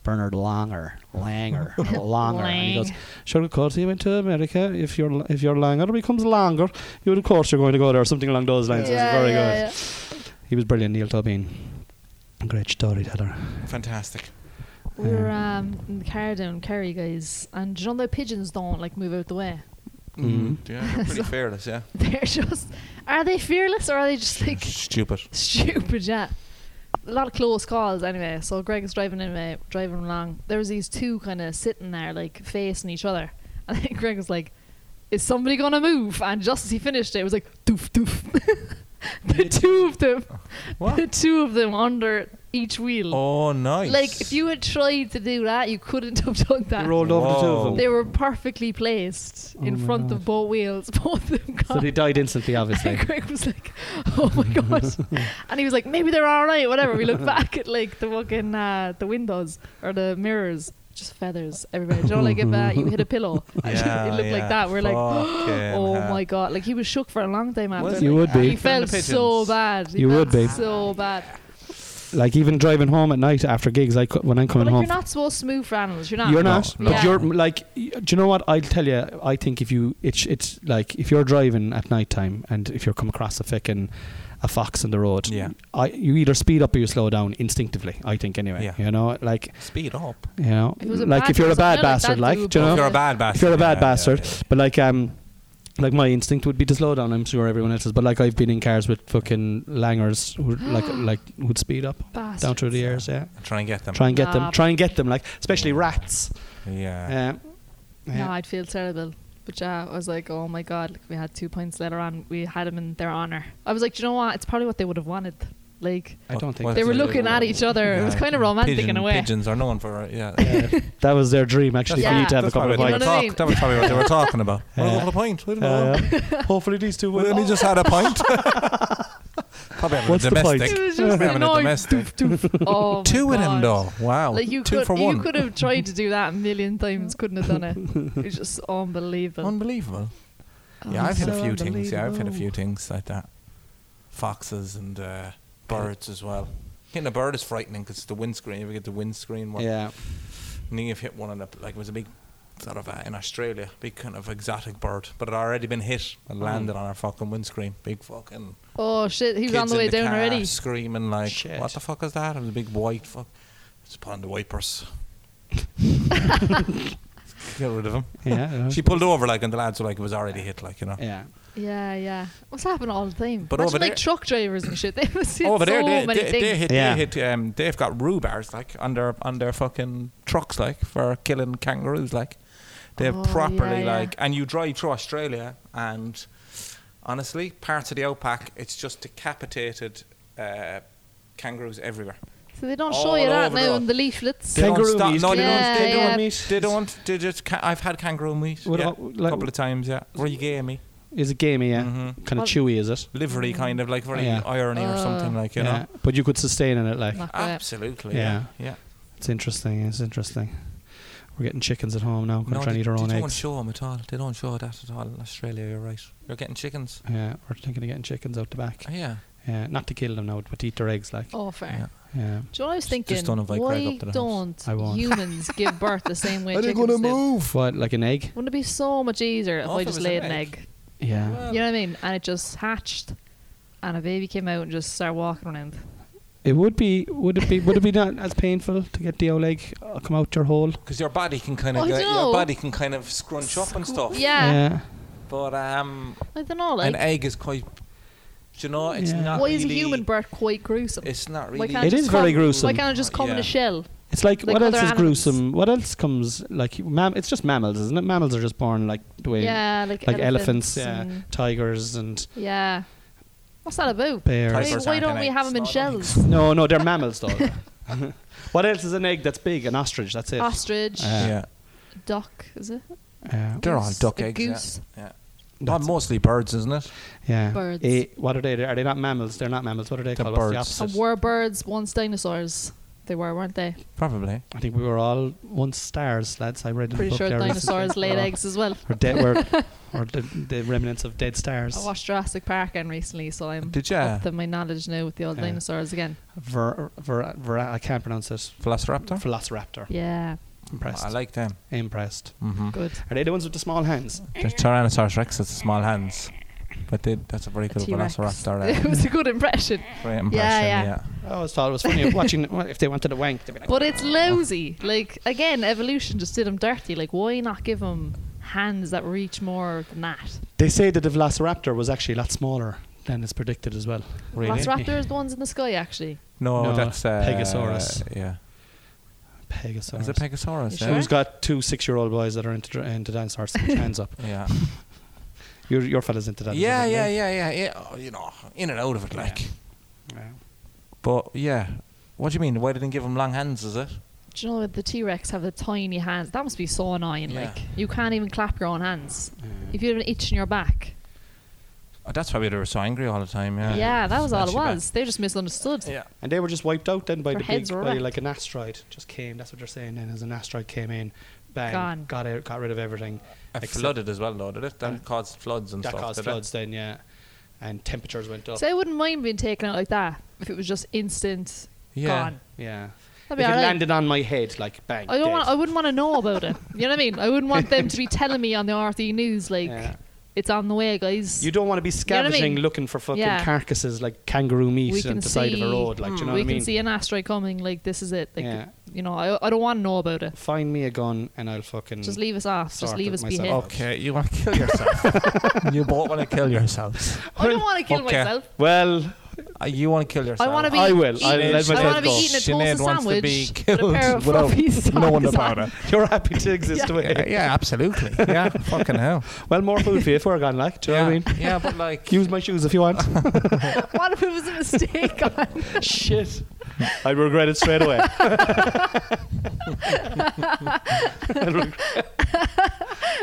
A: Bernard Langer, Langer, or Longer, and he goes,
C: Lang.
A: sure, of course, he went to America. If you're if you're Langer becomes Longer, you would of course you're going to go there, or something along those lines. it was very good. He was brilliant, Neil Tobin. Great storyteller.
B: Fantastic.
C: We were um, in the car down Kerry, guys, and you know the pigeons don't like move out the way.
A: Mhm.
B: Mm-hmm. Yeah, they're pretty fearless, yeah.
C: They're just are they fearless or are they just like
B: Stupid.
C: stupid? Yeah, a lot of close calls anyway. So Greg is driving anyway, driving along. There was these two kind of sitting there like facing each other, and then Greg was like, "Is somebody gonna move?" And just as he finished it, it was like doof doof. the two of them, the
B: What?
C: two of them under each wheel.
B: Oh, nice.
C: Like if you had tried to do that, you couldn't have done that.
A: He rolled over the two
B: Whoa.
A: of
C: They
A: them,
C: were perfectly placed
A: Oh
C: in
A: my
C: front
A: God.
C: of both wheels. Both of them
A: so
C: got.
A: they died instantly, obviously.
C: and Greg was like, "Oh my god!" and he was like, "Maybe they're all right, whatever." We look back at like the fucking uh, the windows or the mirrors, just feathers everywhere. Do you know, like if uh, you hit a pillow,
B: Yeah,
C: it looked
B: yeah.
C: like that. We're like,
B: Fucking
C: oh
B: hell.
C: my god! Like he was shook for a long time
B: Was he?
C: after. like,
B: You
A: would be.
C: He felt
B: From the
C: so
B: pigeons.
C: bad. He
A: You would
C: felt
A: be.
C: so bad.
A: Like even driving home at night after gigs, I cu- when I'm
C: But
A: coming
C: like,
A: home,
C: you're not supposed to move for animals. You're not.
A: You're
B: No,
A: not.
B: no.
A: But
C: Yeah.
A: you're like, y- do you know what? I'll tell you. I think if you, it's, it's like if you're driving at night time and if you're come across a fucking a fox in the road,
B: Yeah.
A: I you either speed up or you slow down instinctively. I think anyway.
B: Yeah.
A: You know, like
B: Speed up.
A: you know,
C: If it was a
A: like
C: bad
A: if you're a
C: person,
A: bad
C: yeah, like
A: bastard,
C: that
A: like,
C: dude
A: do you
B: If
A: know,
C: would-
B: you're a bad bastard.
A: if you're a bad
B: yeah, yeah,
A: bastard,
B: yeah,
A: but like um. Like my instinct would be to slow down. I'm sure everyone else's, but like I've been in cars with fucking langers who like like would speed up
C: Bastards.
A: down through the years. Yeah,
B: yeah. Try and get them.
A: try and get
C: Nah.
A: them. Try and get them. Like especially rats.
B: Yeah.
A: Um,
C: No, I'd feel terrible. But yeah, I was like, oh my god, like, we had two points later on. We had him in their honor. I was like, do you know what? It's probably what they would have wanted. Like
A: I don't think
B: Well,
C: they
B: That's
C: were
B: a little-
C: looking at each other. It was
B: Yeah.
C: kind of romantic
B: Pigeon-
C: in a way.
B: Pigeons are known for yeah.
A: that was their dream actually for
C: That's
A: you
C: what-
A: to have a
B: That's
A: couple
B: probably
A: of
B: what
C: You
A: bites.
B: they were
C: know what I mean?
B: talk- that was probably what they were talking about.
A: Yeah.
B: Well, what a point. We don't know.
A: Yeah, yeah. Hopefully these two
B: We
A: will.
B: only just had a point. probably having
A: What's
B: a
A: the point?
B: domestic.
C: It was
B: Probably
C: just
B: having a
C: annoying.
B: domestic.
C: Oh, my
B: Two of them
C: God.
B: though. Wow.
C: Like you
B: Two
C: could,
B: for one.
C: you could have tried to do that a million times, couldn't have done it. It was just unbelievable.
B: Unbelievable.
C: Oh,
B: Yeah, I've hit a
A: so
B: few things. Yeah, I've hit a few
A: unbelievable.
B: things like that. Foxes and uh, birds as well. Hitting a bird is frightening because the windscreen. You ever get the windscreen? One.
A: yeah.
B: And then you've hit one on the like it was a big sort of uh, in Australia, big kind of exotic bird, but it had already been hit and
C: Hmm.
B: landed on our fucking windscreen. Big fucking.
C: Oh shit, he was
B: kids
C: on the
B: in
C: way down
B: car
C: already.
B: Screaming like,
A: Shit.
B: what the fuck is that? It was a big white fuck. It's upon the wipers. Get rid of him.
A: Yeah. uh,
B: She pulled over like, and the lads were like, it was already hit, like you know.
A: yeah.
C: Yeah, yeah. What's happening all the time?
B: But
C: Imagine
B: over
C: like
B: there-
C: truck drivers and shit. They must hit
B: Over
C: so
B: there, they,
C: many
B: they,
C: things.
B: they hit,
A: Yeah.
B: they hit. Um, they've got rubars like on their on their fucking trucks, like for killing kangaroos. Like they've
C: Oh,
B: properly
C: yeah, yeah.
B: like, and you drive through Australia, and honestly, parts of the outback, it's just decapitated uh, kangaroos everywhere.
C: so they don't
B: all
C: show you that
B: over
C: now
B: the-
C: in the leaflets.
B: They don't
A: Kangaroo
B: stop-
A: meat.
B: no, they
C: Yeah,
B: don't. They
C: yeah.
B: don't. They don't. They just. Ca- I've had kangaroo meat
A: What
B: yeah,
A: about, like-
B: a couple of times. Yeah, origami,
A: Is it gamey? Yeah.
B: Mhm.
A: Kind
C: Well-
A: of chewy, is it?
B: livery, kind of like very
A: Yeah.
B: irony or something
C: Uh,
B: like you
A: yeah.
B: know.
A: But you could sustain in it. Like
C: Not great.
B: Absolutely. Yeah. Yeah.
A: it's interesting. It's interesting. We're getting chickens at home now. Gonna try and
B: they,
A: eat our
B: they
A: own
B: don't
A: eggs.
B: show them at all. They don't show that at all in Australia. You're right. You're getting chickens.
A: Yeah. We're thinking of getting chickens out the back.
B: Yeah.
A: Yeah. Not to kill them now, but to eat their eggs. Like.
C: Oh, fair.
B: yeah.
A: Yeah.
C: Do you know what I was thinking?
B: don't invite
C: why
B: Greg up to the house.
C: don't
A: I won't.
C: humans give birth the same way chickens do?
B: move.
A: What? Like an egg?
C: Wouldn't it be so much easier if
B: Oh,
C: I
B: if it
C: just
B: was an
C: laid an
B: egg.
C: egg?
A: Yeah.
B: Well-
C: You know what I mean? And it just hatched, and a baby came out and just started walking around.
A: It would be. Would it be? Would it be not as painful to get the old egg uh, come out your hole?
B: Because your body can kind of
C: I
B: get
C: dunno.
B: your body can kind of scrunch up and stuff.
C: Yeah,
B: But um,
C: I don't know.
B: Oh. an
C: Like,
B: egg is quite. Do you know? It's
A: Yeah.
B: not.
C: why is a
B: really-
C: human birth quite gruesome?
B: It's not
C: Why
B: really.
C: can't
A: It
C: just
A: is very
C: come-
A: gruesome.
C: Why can't it just come in
B: Yeah.
C: a shell?
A: It's like,
C: Like
A: what else
C: other
A: is
C: animals.
A: gruesome? What else comes like mam? It's just mammals, isn't it? Mammals are just born like the way
C: Yeah, like,
A: like elephants, yeah,
C: and-
A: tigers and
C: yeah. What's that about?
A: bears.
C: Why,
B: Tigers
C: why
B: aren't
C: don't
B: an
C: we
B: egg,
C: have them in
B: it's not an egg.
C: shells?
A: No, no, they're mammals though. what else is an egg that's big? An ostrich. That's it.
C: Ostrich,
A: Yeah.
B: Yeah.
C: duck, is it?
A: yeah.
B: They're all
C: Goose-
B: duck
C: a
B: eggs. yeah.
C: goose.
B: Yeah. Not
A: That's-
B: mostly birds, isn't it?
A: yeah.
C: Birds.
A: Eh, what are they? Are they not mammals? They're not mammals. What are they
B: They're
A: called? What's the
B: birds.
A: opposite?
C: And were birds once dinosaurs? They were, weren't they?
B: Probably.
A: I think we were all once stars, lads. I read in the
C: Pretty
A: book
C: sure
A: there
C: dinosaurs
A: recently.
C: laid eggs as well.
A: Or dead. Were, or the, the remnants of dead stars.
C: I watched Jurassic Park again recently, so I'm
B: Did ya?
C: up to my knowledge now with the old
A: Yeah.
C: dinosaurs again.
A: Ver, ver, ver, I can't pronounce it.
B: Velociraptor.
A: Velociraptor.
C: Yeah,
A: Impressed.
B: I like them.
A: Impressed.
B: Mm-hmm.
C: good.
A: Are they the ones with the small hands?
B: The Tyrannosaurus Rex has small hands, but they, that's a very
C: A
B: good
C: T-Rex.
B: Velociraptor.
C: it was a good impression,
B: Uh, great impression. Yeah,
C: yeah.
A: I always thought it was funny watching if they wanted to wank. They'd be like,
C: but it's lousy. Like again, evolution just did them dirty. Like why not give them hands that reach more than that?
A: they say that the Velociraptor was actually a lot smaller than is predicted as well.
B: Really?
C: Velociraptor is the ones in the sky actually.
B: No,
A: No,
B: that's uh,
A: Pegasaurus.
B: Yeah,
A: Pegasaurus.
B: is it Eh? Pegasaurus?
C: You
B: Yeah.
A: Who's got two six-year-old boys that are into, dra- into dinosaurs? Put your hands up.
B: Yeah.
A: Your your fella's into that.
B: yeah, yeah, yeah, yeah, yeah. oh, You know, in and out of it, like.
A: yeah.
B: But yeah, what do you mean? Why didn't give him long hands? Is it?
C: Do you know what the T Rex have the tiny hands? That must be so annoying.
B: Yeah.
C: Like you can't even clap your own hands. If you have an itch in your back,
B: Oh, that's why we were so angry all the time. Yeah,
C: yeah, that was all it
B: Actually bad.
C: was. They just misunderstood.
B: Yeah.
A: And they were just wiped out then by
C: Their
A: the big,
C: heads were
A: by
C: wrecked.
A: like an asteroid just came. That's what they're saying. Then as an asteroid came in, bang,
C: Gone.
A: got out, got rid of everything.
B: It
A: Except-
B: flooded as well, though, did it? That
A: And
B: caused floods and
A: That
B: stuff.
A: caused
B: did it?
A: floods then, yeah. And temperatures went up.
C: So I wouldn't mind being taken out like that if it was just instant
B: Yeah.
C: gone.
A: yeah.
C: That'd be
A: if it
C: all right.
A: landed on my head, like bang.
C: I don't
A: dead.
C: want. I wouldn't want to know about it. You know what I mean? I wouldn't want them to be telling me on the RT news like
A: Yeah.
C: it's on the way, guys.
A: You don't want to be
C: know what I
A: scavenging,
C: mean?
A: looking for fucking
C: Yeah.
A: carcasses like kangaroo
C: We
A: meat
C: can
A: on the side of
C: see- Hmm.
A: a road. Like, do you know
C: we
A: what I
C: can
A: mean?
C: see an asteroid coming. Like this is it. Like
A: Yeah.
C: you know, I, I don't want to know about it.
A: Find me a gun and I'll fucking.
C: Just leave us off. Just
A: Mm. Sorted
C: leave us be hit.
A: myself.
B: Okay, you want to kill yourself. you both want to kill yourselves.
C: I don't want to kill
B: Okay.
C: myself.
A: well,
B: Uh, you want to kill yourself.
C: I want to be.
A: I will.
C: Eating,
A: I'll let myself
C: want to be
A: go.
C: eating a
B: Sinead
C: toasted
B: wants to be
C: sandwich with a
B: killed
C: pair of
B: without
C: fluffy
B: knowing
C: socks
B: about
C: on.
B: it.
A: you're happy to exist away.
B: Yeah, yeah, absolutely. Yeah, fucking hell.
A: Well, more food for you if we're gone, like. Do you
B: yeah.
A: know what I mean?
B: Yeah, but like,
A: Use my shoes if you want.
C: What if it was a mistake? On?
A: Shit. I regret it straight away.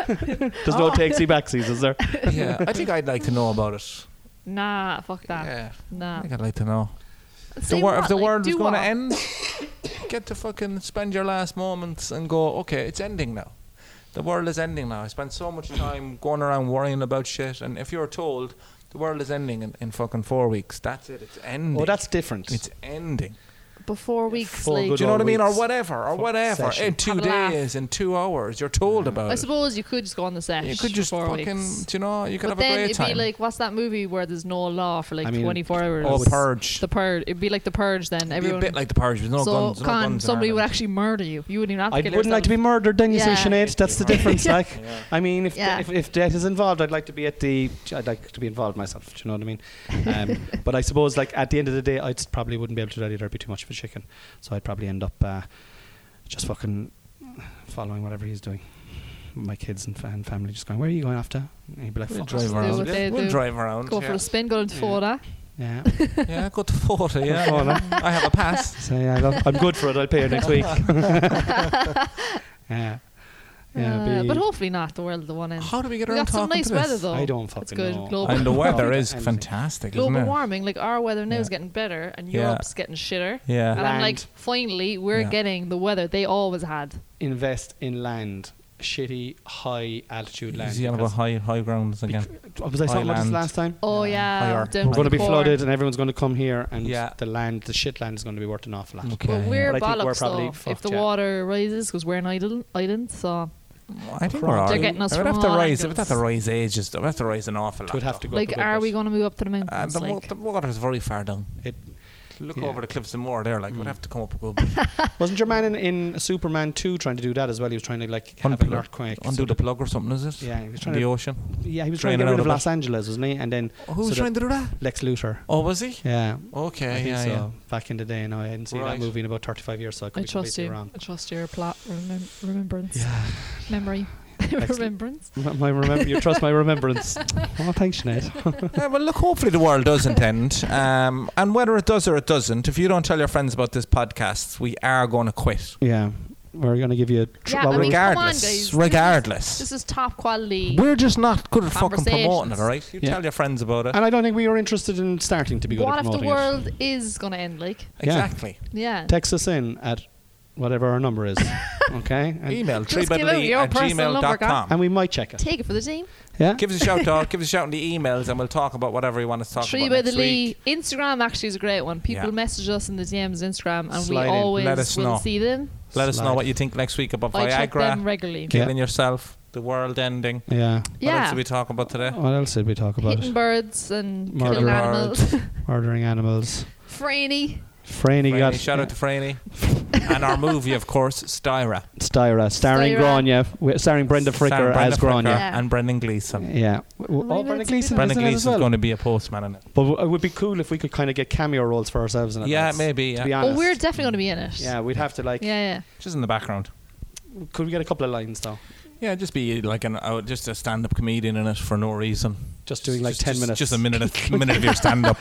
A: There's no takesy backsies, is there?
B: yeah, I think I'd like to know about it.
C: nah, fuck that.
B: Yeah, I
C: Nah.
B: think I'd like to know.
C: Say
B: The wor-
C: what?
B: if the
C: Like,
B: world
C: do
B: was going to
C: what?
B: end, get to fucking spend your last moments and go, okay, it's ending now. The world is ending now. I spent so much time going around worrying about shit, and if you're told the world is ending in, in fucking four weeks, that's it. It's ending.
A: Oh, that's different.
B: it's ending.
C: before weeks.
A: Four
C: like,
A: good
B: Do you know what I mean? Or
A: weeks.
B: whatever, or
A: Fuck
B: whatever.
A: session.
B: In two
C: Have a laugh.
B: days, in two hours, you're told about
C: I
B: it.
C: suppose you could just go on the set.
B: You could just
C: for four
B: fucking,
C: weeks.
B: do you know, you could have
C: but
B: a
C: then
B: great
C: it'd
B: time.
C: be like, what's that movie where there's no law for like
A: I mean,
C: 24 hours?
B: oh, purge.
C: The purge. It'd be like the purge. Then
B: It'd be a
C: everyone.
B: bit like the purge. There's no
C: so
B: guns. there's no
C: Con,
B: guns in
C: somebody would
B: Ireland.
C: actually murder you. You wouldn't even have to
A: I
C: kill
A: wouldn't like to be
C: yourself.
A: murdered then, you
C: Yeah.
A: say, Sinead. That's the difference. Like,
B: Yeah.
A: I mean, if, de-
C: Yeah.
A: if if death is involved, I'd like to be at the. I'd like to be involved myself. Do you know what I mean? Um, but I suppose, like at the end of the day, I just probably wouldn't be able to do that either. It'd be too much of a chicken, so I'd probably end up uh, just fucking following whatever he's doing. My kids and, fa- and family just going, "Where are you going after?" And he'd be like,
B: We'll
A: "Fuck
B: drive
A: off."
C: Do what
B: around.
C: they
B: We'll
C: do.
B: drive around.
C: Go
B: yeah.
C: for a spin. Go into
A: Yeah.
C: Florida.
A: Yeah.
B: Yeah, go to 40. Yeah.
A: Go
B: yeah. I have a pass.
A: So yeah, I love, I'm good for it. I'll pay you next week. yeah. Yeah.
C: Uh,
A: be-
C: but hopefully not. The world, the one end.
B: How do we get
C: We
B: around
C: got some
B: talking
C: nice
B: to this?
C: weather though.
A: I don't fucking
C: good.
A: know.
C: Global-
B: And the weather is
A: Anything.
B: fantastic,
C: Global
B: isn't it?
C: warming, like our weather now is
B: Yeah.
C: getting better, and
B: Yeah.
C: Europe's getting shitter.
B: Yeah.
C: And I'm like,
A: Land.
C: finally, we're
B: Yeah.
C: getting the weather they always had.
A: invest in land, shitty high altitude land.
B: Is he on about
A: because-
B: high, high grounds
A: was I
B: again?
A: talking about this
B: Highland.
A: last time?
C: Oh
B: Yeah.
C: yeah,
B: Higher.
C: down
A: We're going
C: by
A: to
C: the
A: be
C: core.
A: flooded, and everyone's going to come here, and
B: Yeah.
A: the land, the shit land, is going to be worth an awful lot.
B: Okay.
C: But we're
A: But I think we're
C: bollocks
A: probably
C: though. If
A: fucked,
C: the
A: yeah.
C: water rises, because we're an island, island, so
B: I think we're all
C: They're
B: right.
C: getting us
B: We'd
C: from
B: have to
C: all
B: rise. We'd
C: angles.
B: have to rise ages. though. We'd have to rise an awful
A: It
B: lot.
A: would have to
B: though.
A: go.
C: like,
A: up a bit,
C: are
A: but
C: we going to move up to the
B: Uh,
C: mountains?
B: the, wa-
C: like,
B: the water is very far down.
A: It
B: Look
A: Yeah.
B: over the cliffs and more there. Like we'd
A: Mm.
B: have to come up a good bit.
A: wasn't your man in, in Superman two trying to do that as well? He was trying to like have an
B: Unplug-
A: earthquake.
B: undo the plug or something, is it?
A: yeah, he was
B: In
A: trying
B: the
A: to.
B: ocean.
A: Yeah, he was trying to
B: drain
A: get
B: it
A: rid
B: out
A: of
B: a bit.
A: Los Angeles, wasn't he? And then
B: Oh, who was
A: so
B: trying to do that?
A: Lex Luthor.
B: Oh, was he?
A: Yeah.
B: Okay,
A: I think
B: yeah,
A: so.
B: yeah.
A: Back in the day, no, I hadn't seen
B: Right.
A: that movie in about 35 years, so I could
C: I
A: be
C: trust
A: completely
C: you.
A: wrong.
C: I trust your plot remem- remembrance,
A: Yeah.
C: memory,
A: Excellent.
C: remembrance.
A: My remember, you trust my remembrance. Oh, thanks, Sinead.
B: Yeah, well, look, hopefully the world doesn't end. Um, and whether it does or it doesn't, if you don't tell your friends about this podcast, we are going to quit.
A: Yeah. We're going to give you a. Tr-
C: Yeah,
A: well,
C: I
A: we're
C: mean, come on,
B: regardless.
C: guys. This is-
B: Regardless.
C: This is top quality.
B: We're just not good at fucking promoting it,
C: Conversations.
B: all right? You
A: Yeah.
B: tell your friends about it.
A: And I don't think we were interested in starting to be good
C: What
A: at
C: if the
A: promoting it.
C: world is going to end? Like,
B: exactly.
C: yeah.
A: Text us in at whatever our number is, okay? And,
B: Email
C: Just give out
B: treebedley
C: your
B: at
C: personal number,
B: gmail.com.
A: and we might check it.
C: Take it for the team.
A: Yeah.
B: Give us a shout out. Give us a shout in the emails, and we'll talk about whatever you want to talk
C: Tree
B: about.
C: by
B: next
C: the Lee.
B: week.
C: Instagram actually is a great one. People
B: Yeah.
C: message us in the DMs Instagram, and
A: Slide
C: we
A: in.
C: always
B: Let us
C: will
B: know.
C: see them.
B: Let us know
A: Slide.
B: what you think next week about
C: I check them
B: Viagra,
C: regularly.
A: Yeah.
B: killing yourself, the world ending.
A: yeah.
B: What else
C: Yeah,
B: did we talk about today?
A: What else did we talk about?
C: hitting birds and
A: Murder
C: killing
B: birds.
C: animals.
A: Murdering animals.
C: Franny.
A: Franny,
B: Franny,
A: got
B: shout out to Franny. and our movie, of course, Styra.
A: Styra, starring
C: Styra.
A: Grania, wi- starring Brenda Fricker
B: Sarah
A: as
B: Brenda
A: Grania.
B: Fricker
C: Yeah.
B: And Brendan Gleeson.
A: Yeah. W- w-
C: Maybe
A: Oh, Brendan
C: that's a
A: Gleeson.
C: good
A: is
B: Brendan
A: in it as
B: Gleeson's
A: well.
B: going to be a postman in it.
A: But w- it would be cool if we could kind of get cameo roles for ourselves in it.
B: Yeah,
A: lads,
B: maybe. Yeah.
A: To be honest.
C: Oh, we're definitely going to be in it.
A: yeah, we'd have to like.
C: yeah, yeah.
B: Just in the background.
A: Could we get a couple of lines though?
B: Yeah, just be like an uh, just a stand-up comedian in it for no reason.
A: Just doing like
B: Just-
A: 10
B: just-
A: minutes.
B: Just a minute, a minute of your stand-up.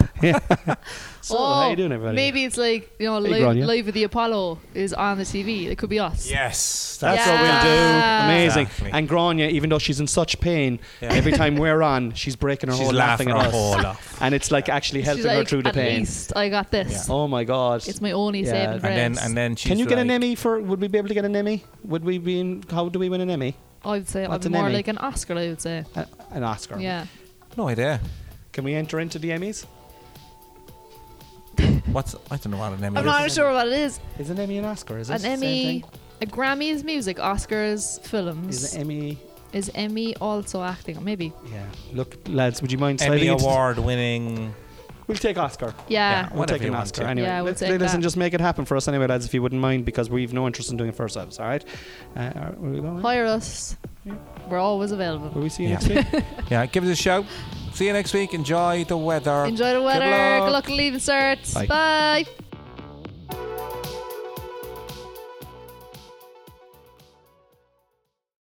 A: So, how you doing, everybody?
C: Oh, Maybe it's like you know, live,
A: Grania.
C: live at the Apollo is on the TV. It could be us.
B: yes,
A: That's
C: Yeah.
A: what we'll do.
C: Yeah.
A: Amazing.
B: Exactly.
A: And Grania, even though she's in such pain,
B: Yeah.
A: every time we're on, she's breaking her
B: She's
A: whole laughing
B: laughing
A: at
B: her
A: us.
B: whole off.
A: And it's like actually helping
C: She's like,
A: her through the
C: at
A: pain.
C: least I got this.
A: Oh my God.
C: It's my only
A: Yeah.
C: saving
A: And
C: grace.
B: And then and then she's
A: Can you get an
B: like-
A: Emmy for? Would we be able to get an Emmy? Would we be? In, how do we win an Emmy?
C: I would say I'd
A: What's
C: be
A: an
C: more
A: Emmy?
C: like an Oscar. I would say.
A: A- an Oscar?
C: Yeah.
B: No idea.
A: Can we enter into the Emmys?
B: What's I don't know what an Emmy
C: I'm
B: is.
C: not sure what it is.
A: Is an Emmy an Oscar? Is it
C: An
A: the same
C: Emmy,
A: thing?
C: a Grammy is music, Oscars films.
A: Is an Emmy?
C: Is Emmy also acting? Maybe.
A: Yeah. Look, lads, would you mind
B: Emmy
A: sliding into-
B: award-winning.
A: We'll take Oscar.
C: Yeah.
B: Yeah.
A: We'll
B: Whatever
A: take an
B: you want
A: Oscar
B: to.
A: anyway.
C: Yeah, we'll
A: Let's,
C: take
A: listen,
C: that.
A: just make it happen for us anyway, lads, if you wouldn't mind, because we've no interest in doing it for ourselves. All right. Uh, are, where are we going?
C: Hire us.
A: Yeah.
C: We're always available.
A: Will we see you
B: Yeah.
A: next week?
B: Yeah, give us a shout. See you next week. Enjoy the weather.
C: Enjoy the weather. Good luck,
B: luck.
C: leaving certs.
A: Bye.
C: Bye.